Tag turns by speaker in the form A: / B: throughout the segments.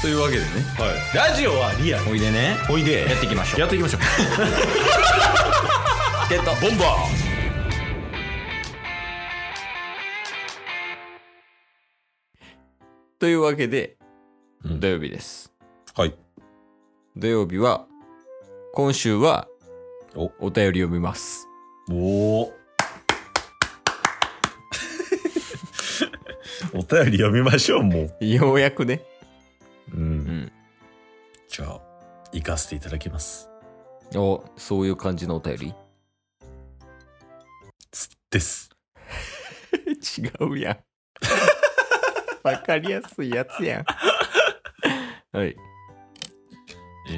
A: というわけでね
B: はい、ラジオはリアル
A: おいでね
B: おいで
A: やっていきましょう
B: やっていきましょう
A: ってた
B: ボンバ
A: というわけで
B: うん
A: 土曜日です、
B: ーはい
A: 土曜日は今週は
B: お
A: お便り読みます
B: おおお便り読みましょうもう、
A: ようやくね
B: う、
A: うんん
B: じゃあ行かせていただきます
A: おそういう感じのお便
B: です
A: り 違うやん わかりやすいやつやん はい
B: え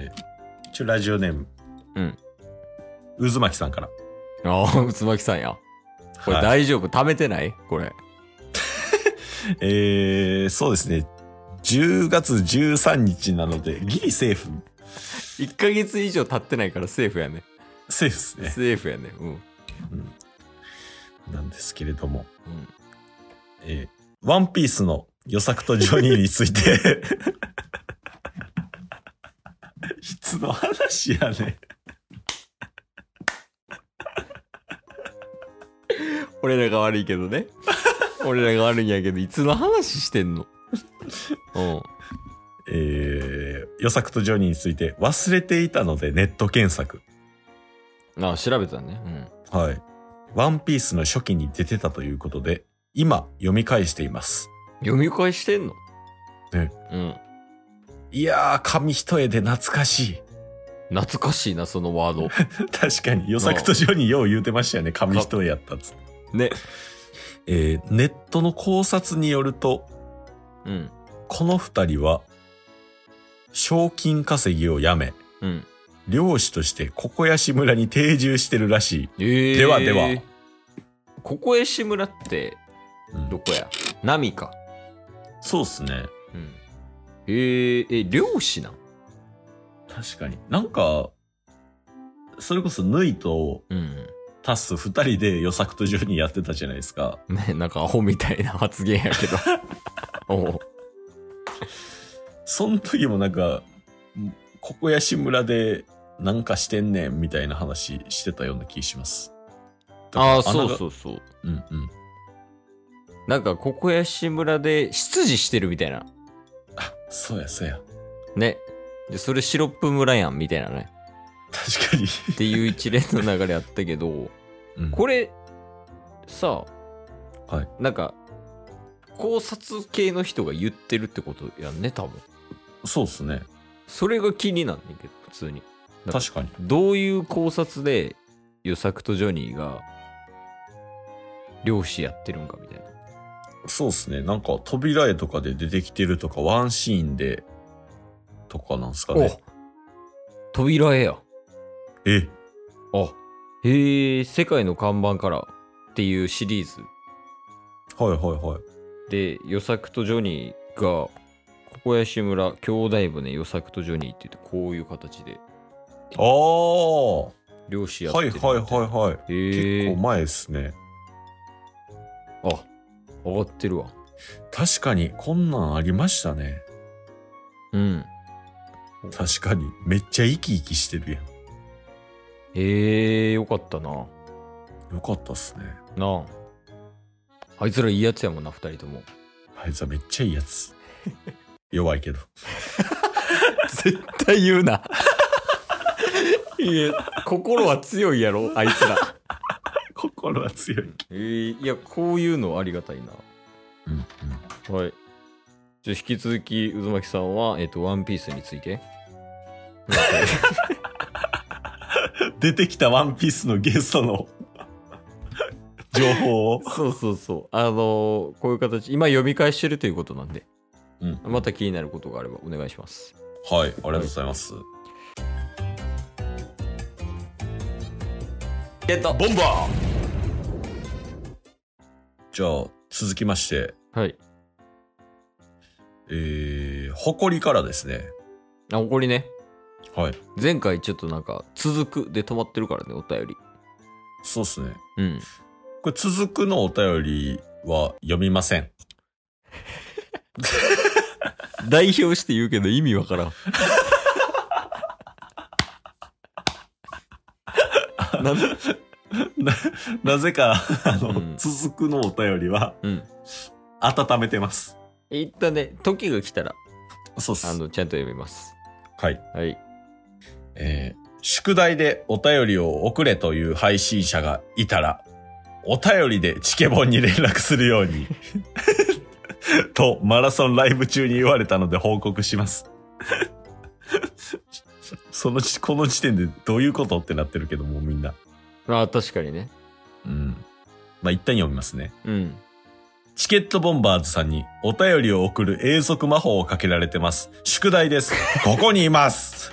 B: ー、一応ラジオネーム
A: うん
B: 渦巻さんから
A: あ あ渦巻さんやこれ
B: はい
A: 大丈夫、貯めてないこれ
B: えー、そうですね10月13日なのでギリセーフ
A: 1ヶ月以上経ってないからセーフやね
B: セーフですね
A: セーフやねうん
B: なんですけれどもえーワンピースの予作とジョニーについ て。いつの話やね
A: 俺らが悪いけどね 俺らが悪いんやけどいつの話してんの うん
B: えー、予作とジョニーについて忘れていたのでネット検索。
A: ああ調べたねうん
B: はい。ワンピースの初期に出てたということで、今読み返しています。
A: 読み返してんの
B: ね
A: うん
B: いやー、紙一重で懐かしい。
A: 懐かしいなそのワー ド
B: 確かに、予作とジョニーよう言うてましたよね。紙一重やったっつって。
A: ね
B: えー、ネットの考察によると、
A: うん
B: この二人は、賞金稼ぎをやめ、
A: うん
B: 漁師としてコ屋市村に定住してるらしい。
A: えー
B: ではでは
A: ここへ志村ってどこや波か
B: そうっすね。
A: うんえー、え漁師なん
B: 確かに。なんか、それこそヌイと
A: うん
B: タス二人で予作とジョニーやってたじゃないですか。
A: ねなんかアホみたいな発言やけ どおう
B: その時もなんか、コ屋市村でなんかしてんねんみたいな話してたような気します。
A: ああそう
B: う。
A: そうそう
B: うんうん。
A: なんかここや志村で執事してるみたいな
B: あ、そうやそうや。
A: ねでそれシロップ村やんみたいなね
B: 確かに。
A: っていう一連の流れあったけど
B: うん
A: これさあ、
B: はい
A: なんか考察系の人が言ってるってことやんね多分
B: そうっすね。
A: それが気になんねんけど普通に
B: 確かに。
A: どういう考察で与作とジョニーが漁師やってるんかみたいな
B: そうですね。なんか、扉絵とかで出てきてるとか、ワンシーンで、とかなんですかね。
A: 扉絵や
B: え、
A: あへえ世界の看板からっていうシリーズ
B: はいはいはい。
A: で与作とジョニーが小林村兄弟船与作とジョニーって言ってこういう形で
B: ああは
A: 漁師
B: い
A: やって
B: はい
A: るみた
B: はいはい。
A: いへ
B: 結
A: え
B: 構前ですね。
A: あ上がってるわ
B: 確かに、こんなんありましたね。
A: うん
B: 確かに。めっちゃ生き生きしてるや。
A: へえよかったなん
B: よかったっすね。
A: なああいつらいいやつやもんな二人と も
B: あいつはめっちゃいいやつ。 弱いけど。
A: 絶対言うな いや心は強いやろあいつら
B: 心は強い。
A: えーいやこういうのありがたいな
B: うんうん。
A: はい。じゃあ引き続き、渦巻さんは、えっ、と、ワンピースについて。
B: 出てきたワンピースのゲストの 情報を。
A: そうそうそう。あのーこういう形、今読み返してるということなんで、
B: うん
A: また気になることがあればお願いします。
B: はい、ありがとうございます。
A: えっと、
B: ボンバーじゃあ、続きまして、
A: はい。
B: えー、誇りからですね。
A: あ、怒りね。
B: はい。
A: 前回ちょっとなんか、続くで止まってるからね、お便り。
B: そうですね。
A: うん。
B: これ、続くのお便りは読みません。
A: 代表して言うけど意味わ からん。なんで
B: な、なぜか、あの、
A: うん
B: 続くのお便りは、
A: うん。
B: 温めてます。
A: 一旦ね、時が来たら、
B: そうっす。
A: あの、ちゃんと読みます。
B: はい。
A: はい。
B: えー宿題でお便りを送れという配信者がいたら、お便りでチケボンに連絡するように、 とマラソンライブ中に言われたので報告します。 そのち、この時点でどういうことってなってるけどもうみんな。
A: ああ、確かにね。
B: うん。まあ、一旦読みますね。
A: うん。
B: チケットボンバーズさんにお便りを送る永続魔法をかけられてます。宿題です。ここにいます。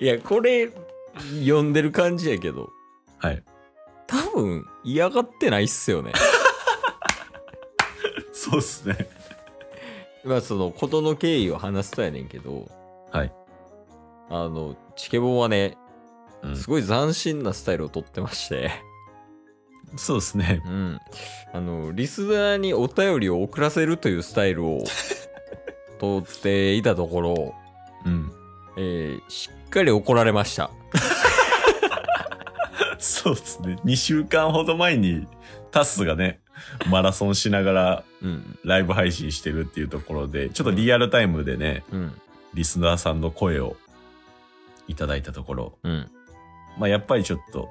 A: いや、これ、読んでる感じやけど、
B: はい。
A: 多分、嫌がってないっすよね。
B: そうっすね。
A: まあ、その、事の経緯を話すとやねんけど、
B: はい。
A: あの、チケボンはね、
B: うん
A: すごい斬新なスタイルをとってまして、
B: そうですね。
A: うん。あの、リスナーにお便りを送らせるというスタイ ルをとっていたところ、
B: うん。
A: えーしっかり怒られました。
B: そうですね。2週間ほど前にタスがね、マラソンしながら
A: うん。
B: ライブ配信してるっていうところで、ちょっとリアルタイムでね、
A: うん。
B: リスナーさんの声をいただいたところ、
A: うん。
B: まあやっぱりちょっと、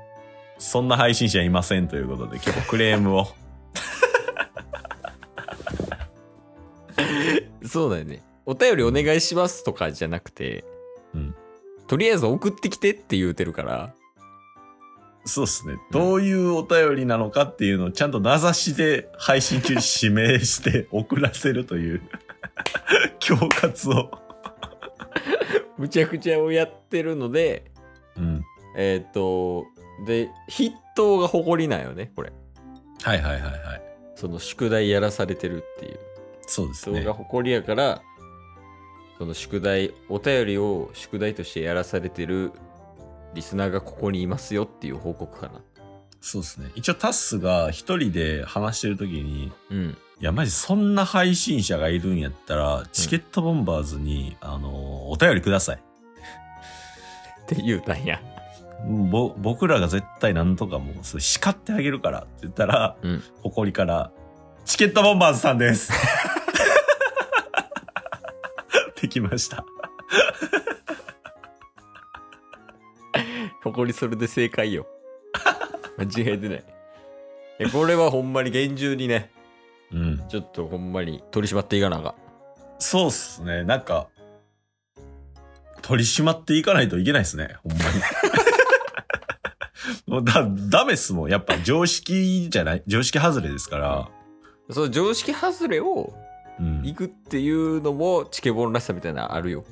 B: そんな配信者いませんということで、結構クレームを。
A: そうだよね。お便りお願いしますとかじゃなくて、
B: うん
A: とりあえず送ってきてって言うてるから、
B: そうですね。どういうお便りなのかっていうのをちゃんと名指しで配信中に指名して 送らせるという 恐喝を。
A: むちゃくちゃをやってるので、
B: うん。
A: えっ、と、で、筆頭が誇りなんよね、これ。
B: はいはいはいはい。
A: その宿題やらされてるっていう。
B: そうです
A: それ
B: ね
A: が。誇りやから、その宿題、お便りを宿題としてやらされてるリスナーがここにいますよっていう報告かな。
B: そうですね。一応タッスが一人で話してる時に、
A: うん。
B: いやマジそんな配信者がいるんやったら、チケットボンバーズに、あのーお便りください。
A: って言うたんや。
B: ぼ僕らが絶対なんとかもうそれ叱ってあげるからって言ったら、
A: うん
B: 誇りから、チケットボンバーズさんです。 できました。
A: 誇りそれで正解よ。 間違えてない。いやこれはほんまに厳重にね、
B: うん。
A: ちょっとほんまに取り締まっていかなあか
B: そうっすね。なんか、取り締まっていかないといけないですね。ほんま に。もうだ、ダメっすもん。やっぱ常識じゃない、常識外れですから。
A: ん。その常識外れを
B: うん
A: 行くっていうのもチケボンらしさみたいなのあるよ。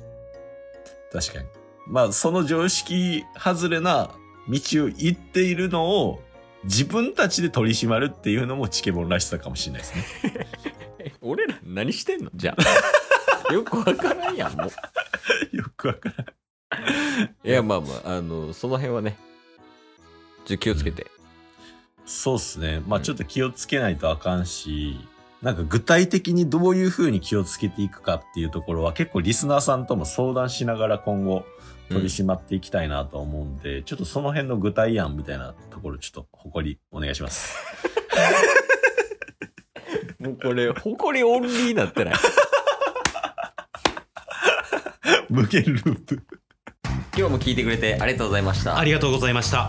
B: 確かに。まあ、その常識外れな道を行っているのを、自分たちで取り締まるっていうのもチケボンらしさかもしれないです ね。
A: え俺ら何してんのじゃ あ。よくわからんやん、もう。
B: よくわからん。
A: いや、まあまあ、あの、その辺はね、ちょっと気をつけて。
B: そうっすね。まあ、
A: うん
B: ちょっと気をつけないとあかんし、なんか具体的にどういうふうに気をつけていくかっていうところは結構リスナーさんとも相談しながら今後取り締まっていきたいなと思うんで、ちょっとその辺の具体案みたいなところちょっと誇りお願いします。
A: もうこれ、誇りオンリーになってない。
B: 無限ループ。
A: 今日も聞いてくれてありがとうございました
C: あ。りがとうございました。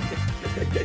C: す